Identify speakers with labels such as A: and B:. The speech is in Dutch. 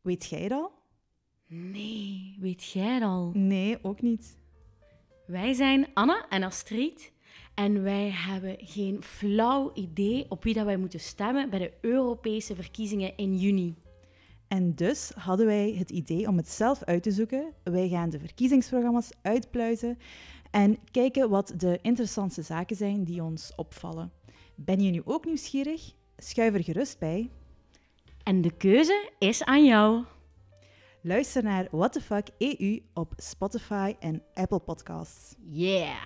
A: Weet jij dat?
B: Nee, weet jij dat al?
A: Nee, ook niet.
B: Wij zijn Anna en Astrid en wij hebben geen flauw idee op wie dat wij moeten stemmen bij de Europese verkiezingen in juni.
A: En dus hadden wij het idee om het zelf uit te zoeken. Wij gaan de verkiezingsprogramma's uitpluizen en kijken wat de interessantste zaken zijn die ons opvallen. Ben je nu ook nieuwsgierig? Schuif er gerust bij.
B: En de keuze is aan jou.
A: Luister naar E What the Fuck EU op Spotify en Apple Podcasts.
B: Yeah!